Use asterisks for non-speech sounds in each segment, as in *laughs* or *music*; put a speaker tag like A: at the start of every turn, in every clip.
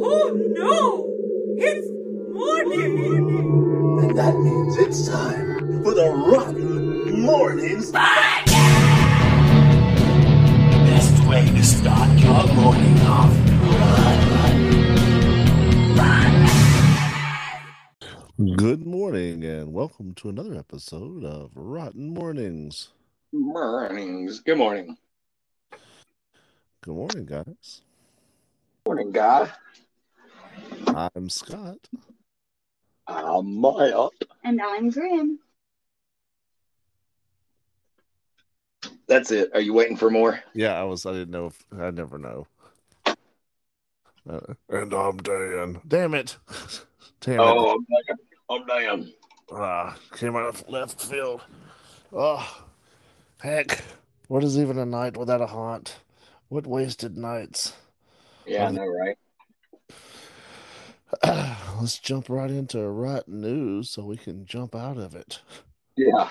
A: Oh no! It's morning!
B: And that means it's time for the Rotten Mornings Podcast! Best way to start your morning off.
C: Good morning and welcome to another episode of Rotten Mornings.
D: Mornings. Good morning.
C: Good morning, guys.
D: Morning, God.
C: I'm Scott.
D: I'm up.
E: And I'm Grim.
D: That's it. Are you waiting for more?
C: Yeah, I was. I didn't know if I never know. Uh, and I'm Dan. Damn it! Damn it!
D: Oh, I'm damn.
C: Ah, came out of left field. Oh, heck! What is even a night without a haunt? What wasted nights? *clears throat*
D: Yeah, I know, right?
C: let's jump right into rotten news so we can jump out of it.
D: Yeah.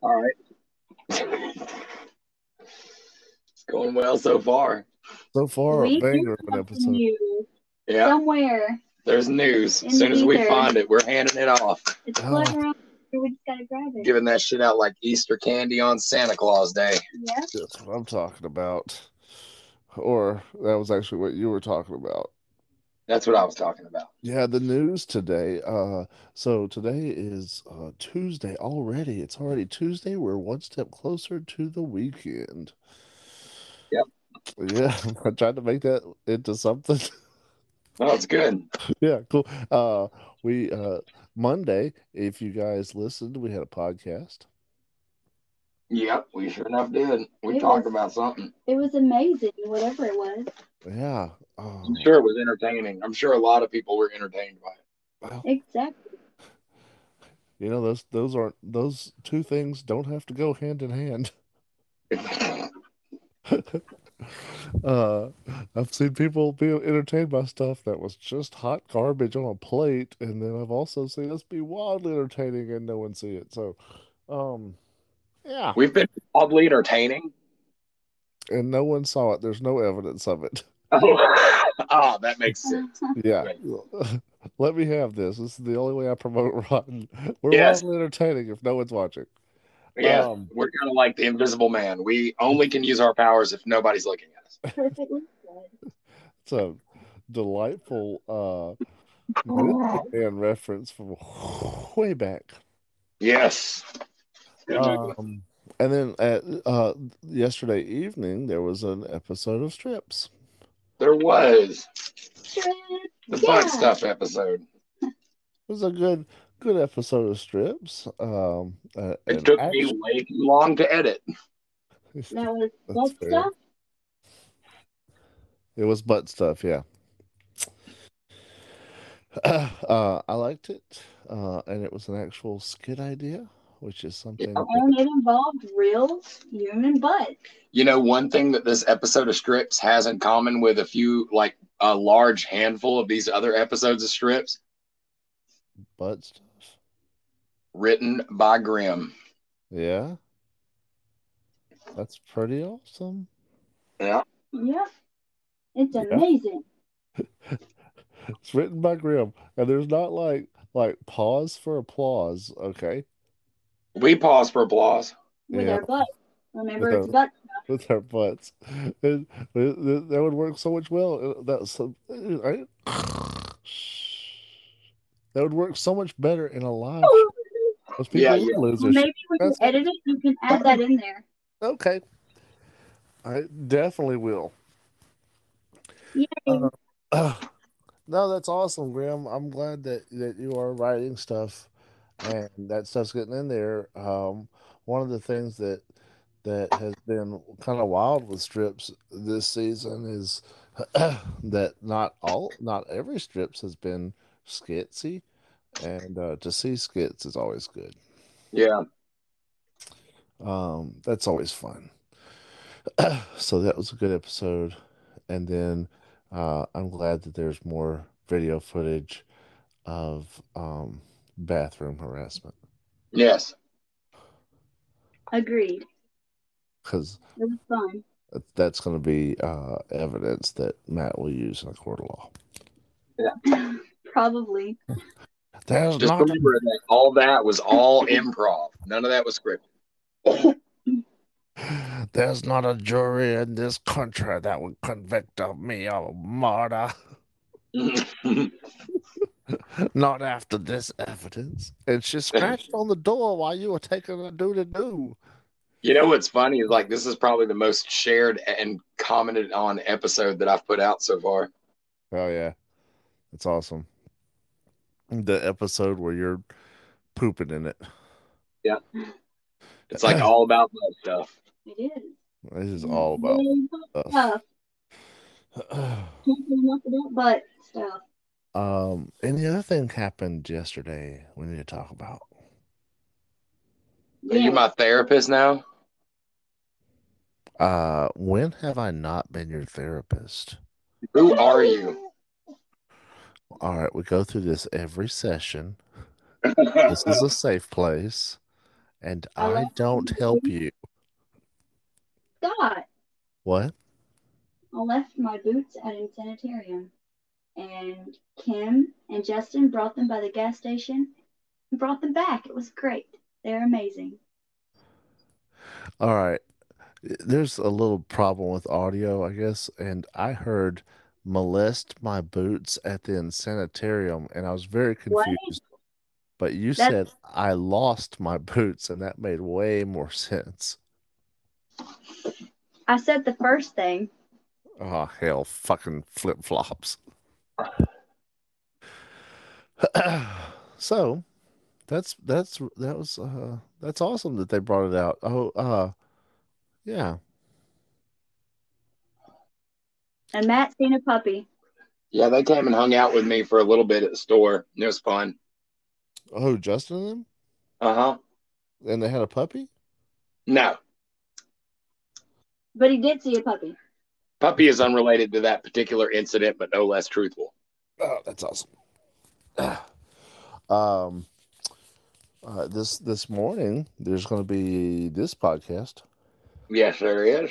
D: All right. it's going well so far.
C: So far, a
E: We hear
C: banger of an
E: something
C: episode.
E: new
D: Yeah,
E: Somewhere.
D: there's news.
E: In
D: As soon as we
E: the ether.
D: find it, we're handing it off,
E: It's
C: Oh.
E: floating around. We just gotta grab it.
D: giving that shit out like Easter candy on Santa Claus Day.
E: Yeah.
C: That's what I'm talking about. Or that was actually what you were talking about.
D: That's what I was talking about.
C: Yeah, the news today. Uh, so today is uh, Tuesday already. It's already Tuesday. We're one step closer to the weekend.
D: Yep.
C: Yeah, *laughs* I tried to make that into something. *laughs*
D: Oh, it's good.
C: Yeah, cool. Uh, we uh Monday, if you guys listened, we had a podcast.
D: Yep, we sure enough did. We
E: It
D: talked
E: was-
D: about something.
E: It was amazing, whatever it was.
C: Yeah. Oh,
D: I'm sure it was entertaining. I'm sure a lot of people were entertained by it.
C: well,
E: Exactly.
C: you know, those those aren't those two things don't have to go hand in hand. Uh, I've seen people be entertained by stuff that was just hot garbage on a plate, and then I've also seen us be wildly entertaining and no one see it. So, um, yeah,
D: *laughs* We've been oddly entertaining. *laughs*
C: and no one saw it. There's no evidence of it. *laughs*
D: Oh, that makes
E: *laughs*
D: sense.
C: Yeah,
D: Right.
C: *laughs* let me have this. This is the only way I promote *laughs* Rotten. We're
D: Yes.
C: wildly entertaining if no one's watching.
D: Yeah,
C: Um,
D: we're kind of like the Invisible Man. We only can use our powers if nobody's looking at us.
E: Perfectly said.
C: It's a delightful uh and reference from way back.
D: Yes. Good job.
C: Um, and then at uh yesterday evening there was an episode of strips.
D: there was
E: Trip.
D: the
E: yeah.
D: fun stuff episode.
C: It was a good good episode of strips. Um uh,
D: It
C: an
D: took me
C: action-
D: way too long to edit.
E: That was
C: That's
E: butt
C: fair.
E: stuff.
C: It was butt stuff, yeah. *clears throat* Uh, I liked it, uh, and it was an actual skit idea, which is something.
E: And it involved real human butt.
D: You know, one thing that this episode of Strips has in common with a few, like a large handful of these other episodes of Strips,
C: Butt stuff,
D: written by Grimm.
C: yeah. That's pretty awesome.
D: Yeah.
E: Yeah. It's
C: Yeah.
E: amazing.
C: It's written by Grimm, and there's not like like pause for applause. Okay,
D: We pause for applause.
E: With
C: Yeah.
E: our butt. Remember,
C: With
E: it's
C: our-
E: butt.
C: with our butts, and, th- th- that would work so much well. Uh, That's so- I- that would work so much better in a live. show. *laughs* Those people
D: Yeah,
C: are
D: yeah.
E: *laughs*
C: losers.
E: Maybe when you
C: That's-
E: edit it, you can add that in there.
C: Okay, I definitely will.
E: Yay.
C: Uh, no, that's awesome, Graham. I'm glad that that you are writing stuff, and that stuff's getting in there. Um, one of the things that that has been kind of wild with strips this season is *clears throat* that not all, not every strips has been skitsy, and uh, to see skits is always good.
D: Yeah.
C: Um, that's always fun. *clears throat* so that was a good episode. And then uh, I'm glad that there's more video footage of um, bathroom harassment
D: Yes.
E: Agreed.
C: because
E: It was fun.
C: That- That's going to be uh, evidence that Matt will use in a court of law.
E: *laughs* Probably.
C: There's
D: Just
C: not
D: remember that all that was all *laughs* improv. None of that was scripted.
C: *sighs* There's not a jury in this country that would convict of me of murder. *laughs* Not after this evidence. And she scratched on the door while you were taking a doo to do.
D: *laughs* You know what's funny is like this is probably the most shared and commented on episode that I've put out so far.
C: Oh yeah. That's awesome. The episode where you're pooping in it.
D: It's like all about that stuff.
E: It is.
C: This is all about
E: Big
C: stuff.
E: stuff. Can't say enough about butt
C: *sighs*
E: stuff.
C: Um, and the other thing happened yesterday we need to talk about.
D: Are you
E: Yeah.
D: my therapist now?
C: Uh, when have I not been your therapist?
D: Who are
E: Oh
D: you?
C: All right, we go through this every session.
D: I
C: This is a safe place, and
E: I
C: I
E: like-
C: don't help you.
E: Scott,
C: What?
E: I left my boots at a sanitarium, and Kim and Justin brought them by the gas station and brought them back. It was great. They're amazing.
C: All right. There's a little problem with audio, I guess, and I heard molest my boots at the sanitarium, and I was very
E: What?
C: confused. But you
E: That's-
C: said I lost my boots, and that made way more sense.
E: I said the first thing.
C: Oh, hell, fucking flip flops. *clears throat* so that's that's that was uh that's awesome that they brought it out. Oh, uh yeah.
E: And Matt seen a puppy.
D: *laughs* yeah, they came and hung out with me for a little bit at the store. It was fun.
C: Oh, Justin and them?
D: Uh huh.
C: And they had a puppy?
D: No,
E: But he did see a puppy.
D: puppy is unrelated to that particular incident, but no less truthful.
C: Oh, that's awesome. um uh, this this morning there's going to be this podcast
D: Yes, there is.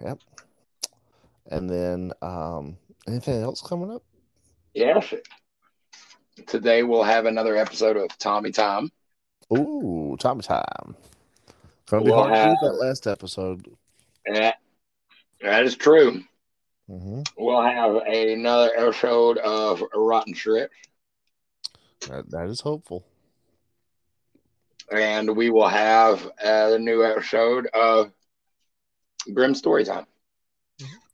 C: and then um anything else coming up?
D: Yes. Today we'll have another episode of Tommy Time.
C: Ooh, Tommy time. Gonna be
D: We'll
C: hard to
D: have-
C: do that last episode.
D: Yeah, that is true.
C: hmm
D: We'll have another episode of Rotten Shrimp,
C: That, that is hopeful.
D: and we will have a new episode of Grim Storytime.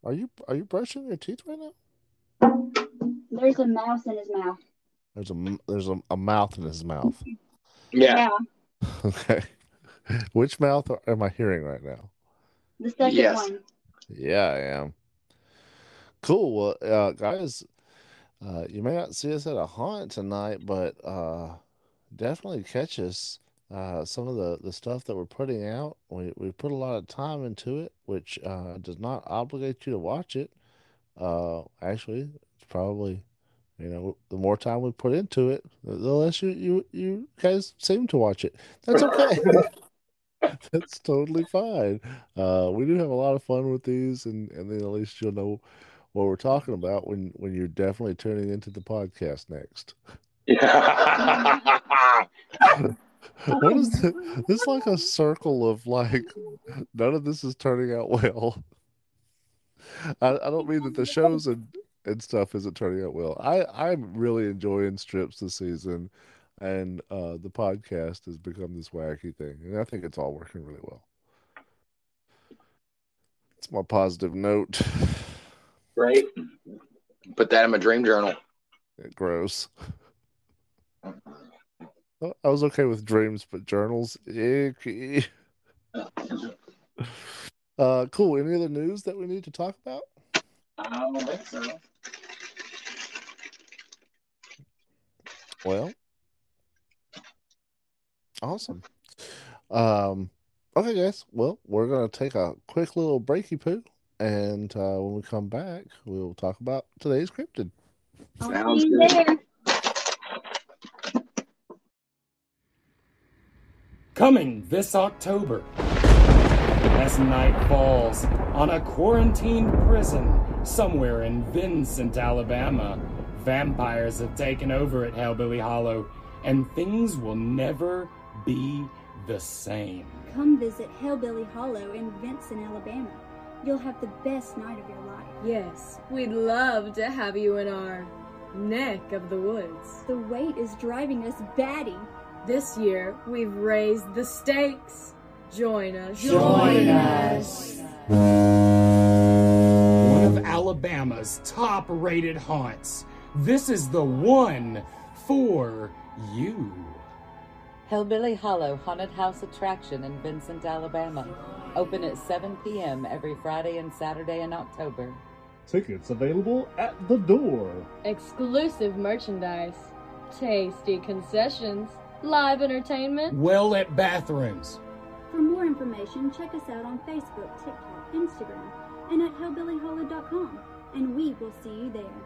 C: Are you are you brushing your teeth right now?
E: There's a mouse in his mouth.
C: There's a m- there's a, a mouth in his mouth. *laughs*
D: Yeah,
C: Okay, which mouth are- am I hearing right now?
E: The second
D: Yes.
E: one.
C: Yeah, I am. Cool. Well, uh, guys, uh, you may not see us at a haunt tonight, but uh, definitely catch us. Uh, some of the, the stuff that we're putting out, we, we put a lot of time into it, which uh, does not obligate you to watch it. Uh, actually, it's probably, you know, the more time we put into it, the the less you, you, you guys seem to watch it. That's okay. *laughs* That's totally fine. Uh, we do have a lot of fun with these, and, and then at least you'll know what we're talking about when, when you're definitely tuning into the podcast next. *laughs*
D: *laughs* yeah.
C: *laughs* What
E: Oh,
C: is the, this? is like a circle of like, *laughs* none of this is turning out well. *laughs* I, I don't mean that the shows and, and stuff isn't turning out well. I, I'm really enjoying strips this season, and uh, the podcast has become this wacky thing, and I think it's all working really well. It's my positive note. *laughs*
D: Great. Put that in my dream journal.
C: *laughs* Gross. I was okay with dreams, but journals, icky. Uh, cool. Any other news that we need to talk about?
D: I don't think so.
C: Well, awesome. Um, okay, guys. Well, we're gonna take a quick little breaky poo, and uh, when we come back, we'll talk about today's cryptid.
E: I'll
D: Sounds
E: see you
D: good.
E: there.
F: Coming this October. as night falls on a quarantined prison somewhere in Vincent, Alabama. Vampires have taken over at Hellbilly Hollow, and things will never be the same.
E: Come visit Hellbilly Hollow in Vinson, Alabama. You'll have the best night of your life.
G: Yes, we'd love to have you in our neck of the woods.
E: The wait is driving us batty.
G: This year, we've raised the stakes. Join us.
F: Join us. One of Alabama's top rated haunts. This is the one for you.
H: Hellbilly Hollow Haunted House Attraction in Vincent, Alabama. Open at 7 p.m. every Friday and Saturday in October.
I: Tickets available at the door.
G: Exclusive merchandise, tasty concessions, live entertainment.
F: Well lit bathrooms.
E: For more information, check us out on Facebook, TikTok, Instagram, and at hellbillyhollow.com, and we will see you there.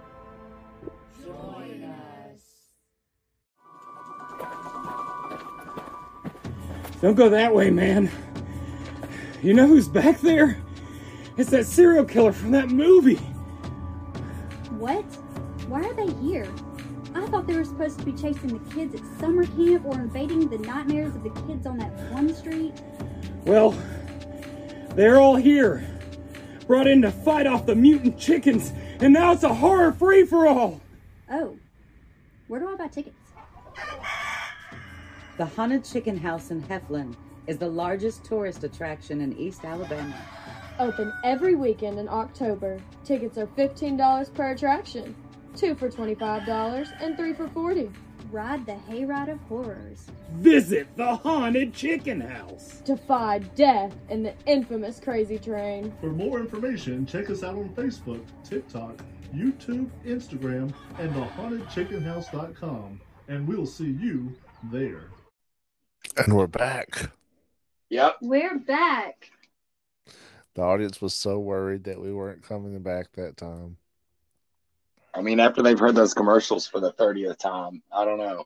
F: Don't go that way, man. You know who's back there? It's that serial killer from that movie.
E: What? Why are they here? I thought they were supposed to be chasing the kids at summer camp or invading the nightmares of the kids on that one street.
F: Well, they're all here. Brought in to fight off the mutant chickens, and now it's a horror free for all.
E: Oh, where do I buy tickets?
H: The Haunted Chicken House in Heflin is the largest tourist attraction in East Alabama.
J: Open every weekend in October. Tickets are $15 per attraction, two for $25 and three for 40
E: Ride the hayride of horrors.
F: Visit the haunted chicken house.
J: Defy death and the infamous crazy train.
I: For more information, check us out on Facebook, TikTok, YouTube, Instagram, and thehauntedchickenhouse.com. And we'll see you there.
C: And we're back.
D: Yep.
E: We're back.
C: The audience was so worried that we weren't coming back that time.
D: I mean, after they've heard those commercials for the 30th time, I don't *laughs* know.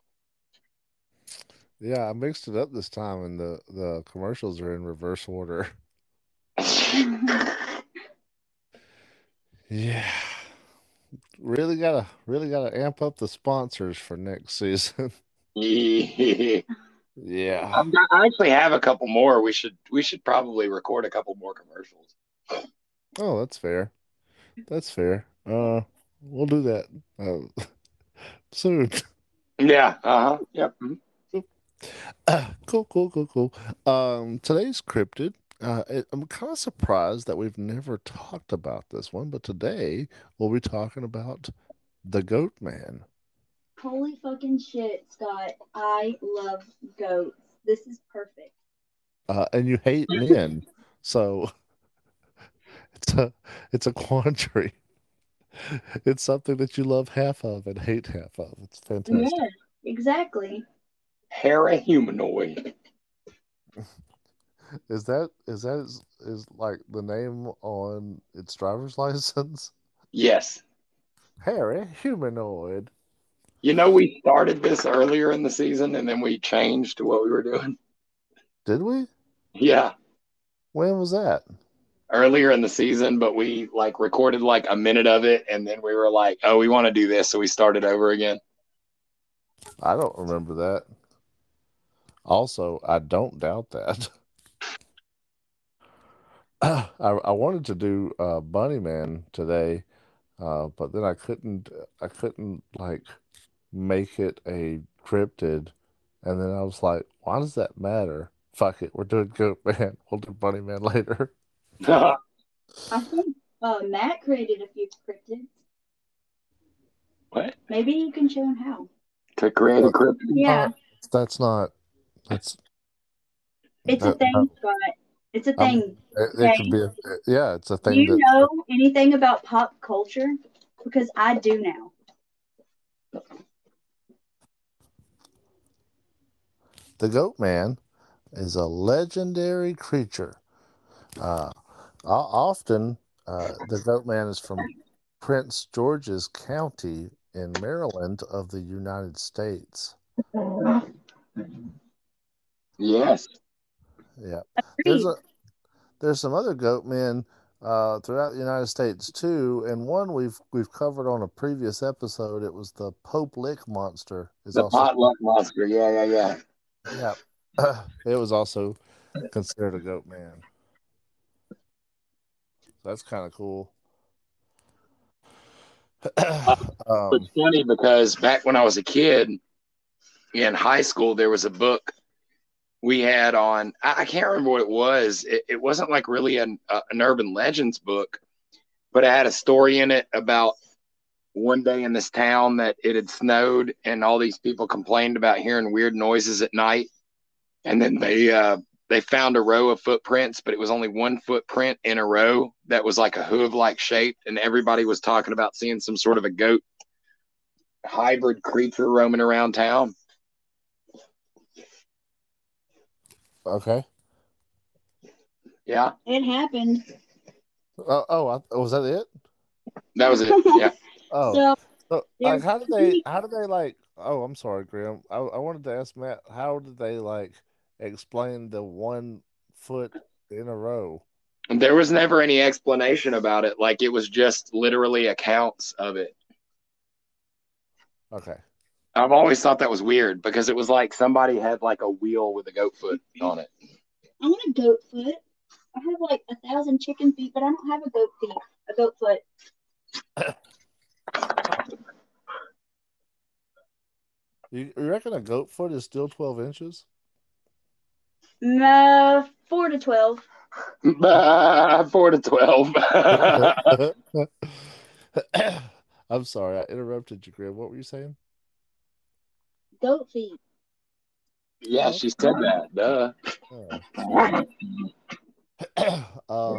C: Yeah, I mixed it up this time, and the the commercials are in reverse order. Yeah, really gotta really gotta amp up the sponsors for next season. *laughs*
D: I've
C: yeah,
D: got- I actually have a couple more. We should we should probably record a couple more commercials.
C: oh, that's fair. That's fair. Uh, we'll do that uh, *laughs* soon. *laughs*
D: Yeah. Uh huh. Yep.
C: Uh, cool, cool, cool, cool. Um, today's cryptid. Uh, it, I'm kind of surprised that we've never talked about this one, but today we'll be talking about the Goat Man.
E: Holy fucking shit, Scott. I love goats. This is perfect.
C: Uh, and you hate men, so it's a it's a quandary. It's something that you love half of and hate half of. It's fantastic.
E: Exactly.
D: Hera humanoid.
C: Is that is that is, is like the name on its driver's *laughs* license?
D: Yes.
C: Harry humanoid.
D: You know, we started this earlier in the season, and then we changed to what we were doing.
C: Did we?
D: Yeah,
C: When was that?
D: earlier in the season, but we like recorded like a minute of it, and then we were like, "Oh, we want to do this," so we started over *laughs* again.
C: I don't remember that. Also, I don't doubt that. *laughs* I, I wanted to do uh, Bunny Man today, uh, but then I couldn't. I couldn't like make it a cryptid, and then I was like, "Why does that matter? Fuck it, we're doing Goat Man. *laughs* We'll do Bunny Man later."
E: I think uh, Matt created a few cryptids.
D: what?
E: Maybe you can show him how.
D: To create a crypt?
C: Uh,
E: Yeah,
C: That's not. That's
E: it's a
C: that-
E: thing,
C: that-
E: Scott. It's a
C: uh, I'm-
E: thing.
C: It, it could be. A, yeah, it's a
E: Do
C: thing
E: you
C: that.
E: know anything about pop culture? Because I do now.
C: The goat man is a legendary creature. Uh, o- often, uh, the goat man is from Prince George's County in Maryland of the United States.
D: Yes.
C: Yeah, there's a there's some other goat men uh, throughout the United States too, and one we've we've covered on a previous episode. It was the Pope Lick monster. Is
D: The
C: also
D: potluck monster. Yeah, yeah, yeah.
C: yeah, *clears throat* it was also considered a goat man. That's kind of cool. *clears throat* um,
D: It's funny because back when I was a kid in high school, there was a book we had on. I, I can't remember what it was. It, it wasn't like really an, uh, an urban legends book, but it had a story in it about one day in this town that it had snowed and all these people complained about hearing weird noises at night. And then they uh, they found a row of footprints, but it was only one footprint in a row that was like a hoof like shape, and everybody was talking about seeing some sort of a goat hybrid creature roaming around town.
C: okay.
D: Yeah,
E: It happened.
C: Oh, oh, I, oh, was that it?
D: that was it. Yeah,
C: Oh,
E: So
C: so,
E: there-
C: like, how did they? How did they like? Oh, I'm sorry, Graham. I, I wanted to ask Matt. How did they like explain the one foot in a row?
D: there was never any explanation about it. Like it was just literally accounts of it.
C: Okay.
D: I've always thought that was weird because it was like somebody had like a wheel with a goat foot on it. *laughs*
E: I want a goat foot. I have like a thousand chicken feet, but I don't have a goat feet. A goat foot.
C: You, you reckon a goat foot is still twelve inches?
E: No, Mm, uh, four to twelve.
D: Four to twelve. *laughs*
C: I'm sorry, I interrupted you, Graham. What were you saying?
E: Goat feet.
D: yeah, she said that. Duh. *laughs*
C: Oh. *clears throat*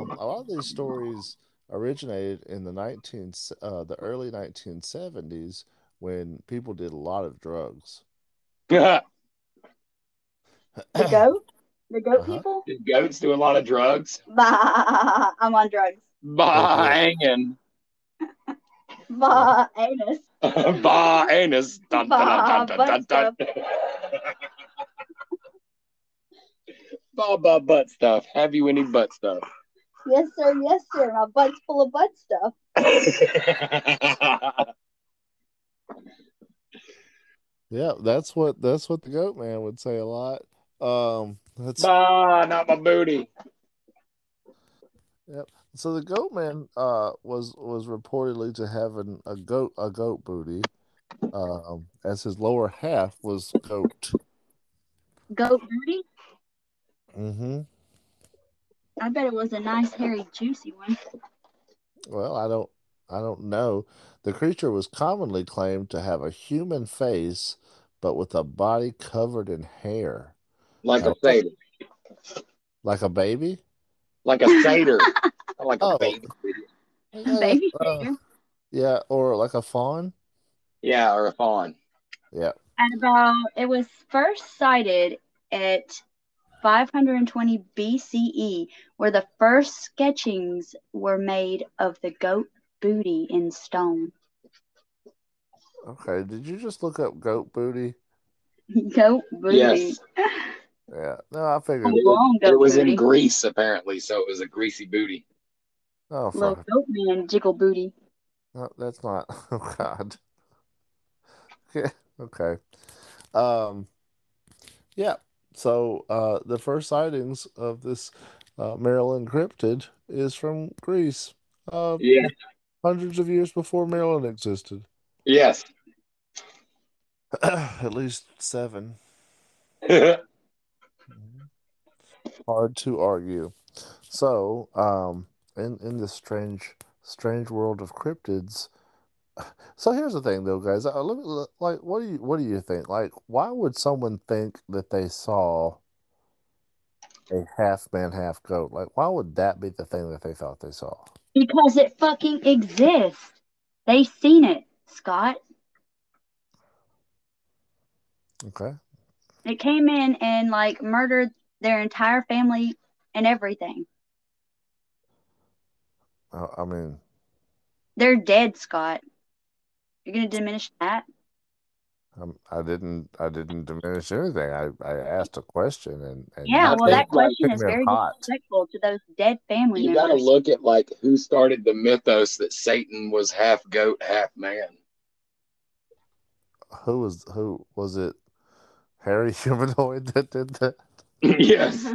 C: um, a lot of these stories originated in the 19 uh, the early 1970s when people did a lot of drugs. *coughs*
E: The goat? The goat
C: Uh-huh.
E: people? *laughs*
D: Did goats do a lot of drugs?
E: Bah, I'm on drugs.
D: Bah hanging.
E: Bah, anus.
D: *laughs* bah anus. Dun, dun, dun, dun, dun, dun, dun. *laughs* Bah bah butt stuff. Have you any butt stuff?
E: Yes, sir. Yes, sir. My butt's full of butt stuff.
C: *clears throat* Yeah, that's what that's what the goat man would say a lot. Um, that's
D: bah, not my booty.
C: so the goat man uh was was reportedly to having a goat a goat booty, um, as his lower half was goat.
E: Goat booty?
C: Mm-hmm.
E: I bet it was a nice, hairy, juicy one.
C: Well, I don't I don't know. The creature was commonly claimed to have a human face, but with a body covered in hair,
D: Like a satyr.
C: like a baby.
D: Like a satyr. like a
C: Oh.
D: baby.
C: Yeah,
E: Baby
C: uh,
E: hair.
C: yeah, or like a fawn.
D: Yeah, or a fawn.
E: At about, it was first sighted at 520 BCE, E, where the first sketchings were made of the goat booty in stone.
C: Okay, did you just look up goat booty?
E: *laughs* Goat booty. *laughs*
D: Yes.
C: Yeah, no, I
E: A
C: figured. oh,
E: long goat
D: It was
E: booty.
D: in Greece apparently, so it was a greasy booty.
C: Oh,
E: Little
C: fuck. it.
E: goat man jiggle booty.
C: No, that's not. *laughs* Oh God. Okay. Okay. Um. Yeah. So uh, the first sightings of this uh, Maryland cryptid is from Greece, uh,
D: Yeah.
C: hundreds of years before Maryland existed. *clears throat*
D: Yes.
C: At least seven. Hard to argue. So, um, in in this strange strange world of cryptids. *sighs* So here's the thing, though, guys. Uh, let me, like, what do you what do you think? Like, why would someone think that they saw a half man, half goat? Like, why would that be the thing that they thought they saw?
E: Because it fucking exists. They seen it, Scott.
C: Okay.
E: It came in and like murdered their entire family and everything.
C: Uh, I mean,
E: They're dead, Scott. You're gonna diminish that?
K: Um, I didn't. I didn't diminish anything. I, I asked a question, and, and
E: Yeah,
K: not
E: well, that
K: everybody
E: question
K: came
E: is
K: in
E: very
K: hot.
E: disrespectful to those dead family
D: You got to
E: members.
D: look at like who started the mythos that Satan was half goat, half man. *laughs*
C: Who was who was it? Harry *laughs* humanoid that did that.
D: yes.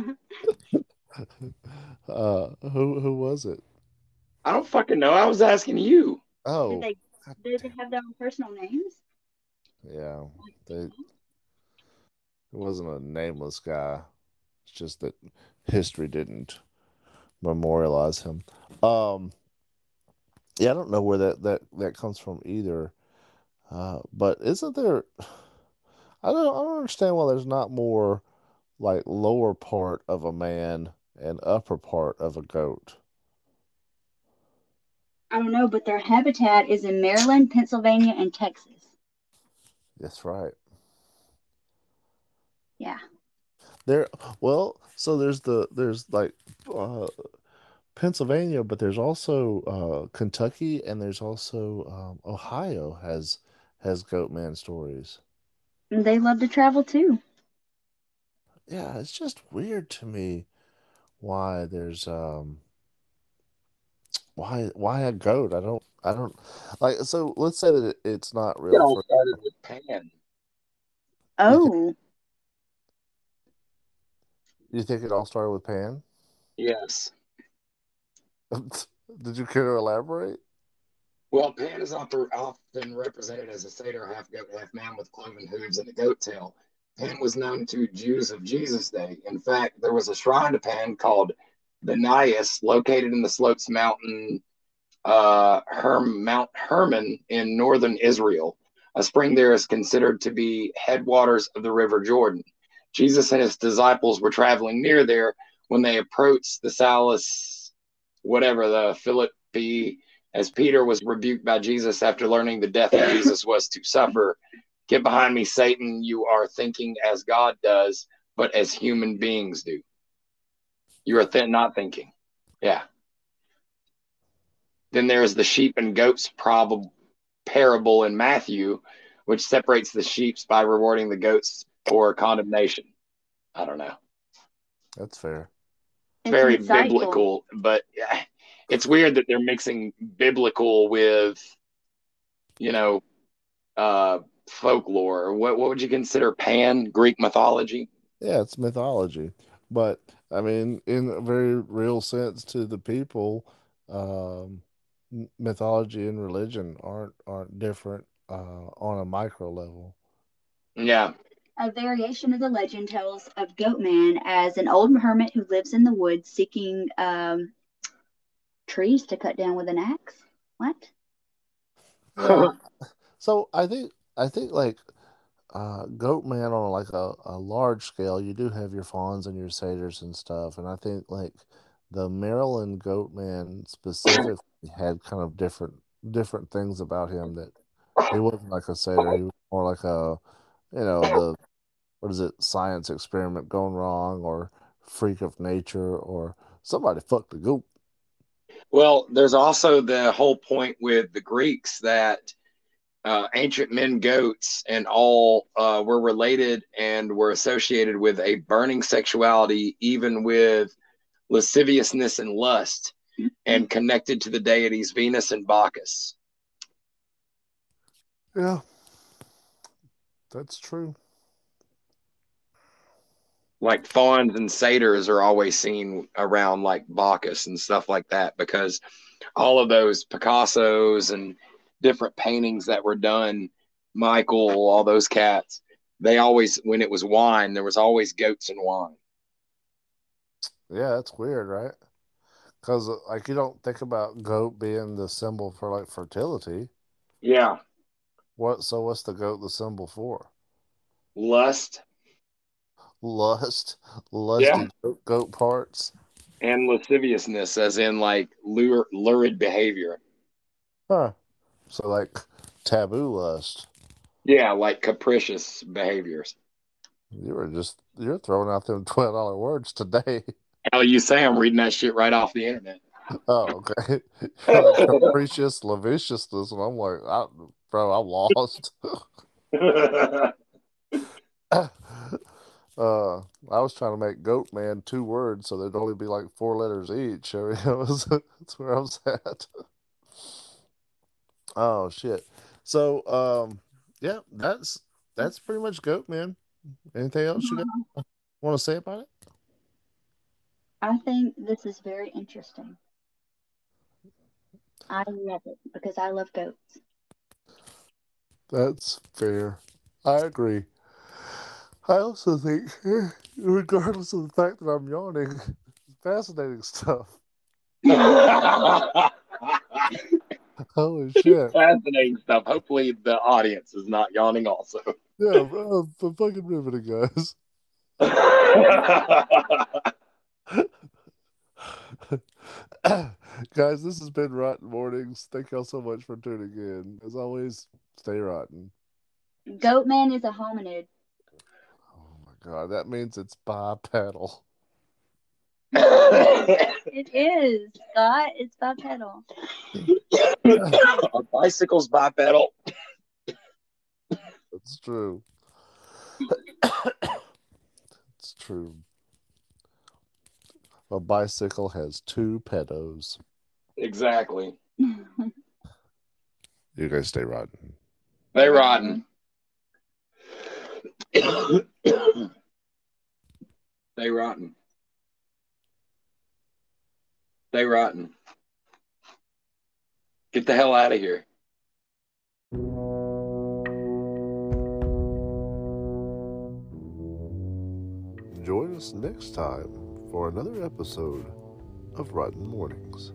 C: Uh, who who was it?
D: I don't fucking know. I was asking you.
C: Oh,
E: Did they did they have their own personal names?
C: yeah. They, it wasn't a nameless guy. It's just that history didn't memorialize him. Um, yeah, I don't know where that that that comes from either. Uh, but isn't there? I don't I don't understand why there's not more like lower part of a man and upper part of a goat.
E: I don't know, Oh, but their habitat is in Maryland, Pennsylvania, and Texas.
C: That's right.
E: Yeah.
C: There, well, so there's the there's like uh, Pennsylvania, but there's also uh, Kentucky, and there's also um, Ohio has has goat man stories.
E: And they love to travel too.
C: Yeah, it's just weird to me why there's um why why a goat? I don't I don't like so let's say that it, it's not real
D: It all
C: for-
D: started with Pan.
E: Oh.
C: You think it all started with Pan? *laughs*
D: Yes.
C: Did you care to elaborate?
D: Well, Pan is often often represented as a satyr, half goat, half man, with cloven hooves and a goat tail. Pan was known to Jews of Jesus' day. In fact, there was a shrine to Pan called the Nias, located in the slopes mountain, uh, Herm, Mount Hermon in northern Israel. A spring there is considered to be headwaters of the River Jordan. Jesus and his disciples were traveling near there when they approached the Salus, whatever the Philippi, as Peter was rebuked by Jesus after learning the death of Jesus was to suffer. Get behind me, Satan. You are thinking as God does, but as human beings do. You are th- not thinking. Yeah. Then there is the sheep and goats prob- parable in Matthew, which separates the sheep by rewarding the goats for condemnation. I don't know.
C: That's fair.
E: It's
D: Very
E: insightful.
D: biblical, but yeah, it's weird that they're mixing biblical with, you know, uh, folklore. What what would you consider pan Greek mythology?
C: Yeah, it's mythology, but I mean, in a very real sense, to the people, um, m- mythology and religion aren't aren't different uh, on a micro level.
D: Yeah.
E: A variation of the legend tells of Goatman as an old hermit who lives in the woods seeking um, trees to cut down with an axe. What?
C: So I think I think like uh, goat man on like a, a large scale, you do have your fawns and your satyrs and stuff, and I think like the Maryland goat man specifically had kind of different different things about him that he wasn't like a satyr, he was more like a you know the what is it science experiment gone wrong or freak of nature or somebody fucked a goat.
D: Well, there's also the whole point with the Greeks that uh, ancient men goats and all uh, were related and were associated with a burning sexuality, even with lasciviousness and lust, and connected to the deities Venus and Bacchus.
C: Yeah, that's true.
D: Like fawns and satyrs are always seen around like Bacchus and stuff like that because all of those Picasso's and different paintings that were done, Michael, all those cats, they always, when it was wine, there was always goats and wine.
C: Yeah, that's weird, right? Because like you don't think about goat being the symbol for like fertility.
D: Yeah.
C: What? So what's the goat the symbol for?
D: Lust
C: Lust, *laughs* lusty
D: Yeah.
C: goat, goat parts.
D: and lasciviousness, as in like lure, lurid behavior.
C: Huh. So like taboo lust.
D: Yeah, like capricious behaviors.
C: You were just you're throwing out them *laughs* twelve dollar words today. *laughs*
D: Hell, you say I'm reading that shit right off the *laughs* internet.
C: Oh, okay. *laughs* You're like, Capricious lasciviousness, and I'm like, I, bro, I'm lost. Uh, I was trying to make goat man two words, so there'd only be like four letters each. *laughs* I mean, that was, that's where I was at. Oh shit! So, um, yeah, that's that's pretty much goat man. Anything else you got, want to say about it?
K: I think this is very interesting. I love it because I love goats.
C: That's fair. I agree. I also think, *laughs* regardless of the fact that I'm yawning, *laughs* fascinating stuff. Holy shit!
D: Fascinating stuff. Hopefully, the audience is not yawning also. *laughs*
C: Yeah, I'm, I'm fucking riveting, guys. *laughs* guys, this has been Rotten Mornings. Thank y'all so much for tuning in. As always, stay rotten.
K: Goatman is a hominid.
C: Oh my god, that means it's bipedal.
K: It is, Scott. It's bipedal.
D: Our bicycles bipedal.
C: It's true. *coughs* it's true. A bicycle has two pedos.
D: Exactly.
C: You guys stay rotten.
D: They rotten. *coughs* they rotten. They rotten. Get the hell out of here.
C: Join us next time for another episode of Rotten Mornings.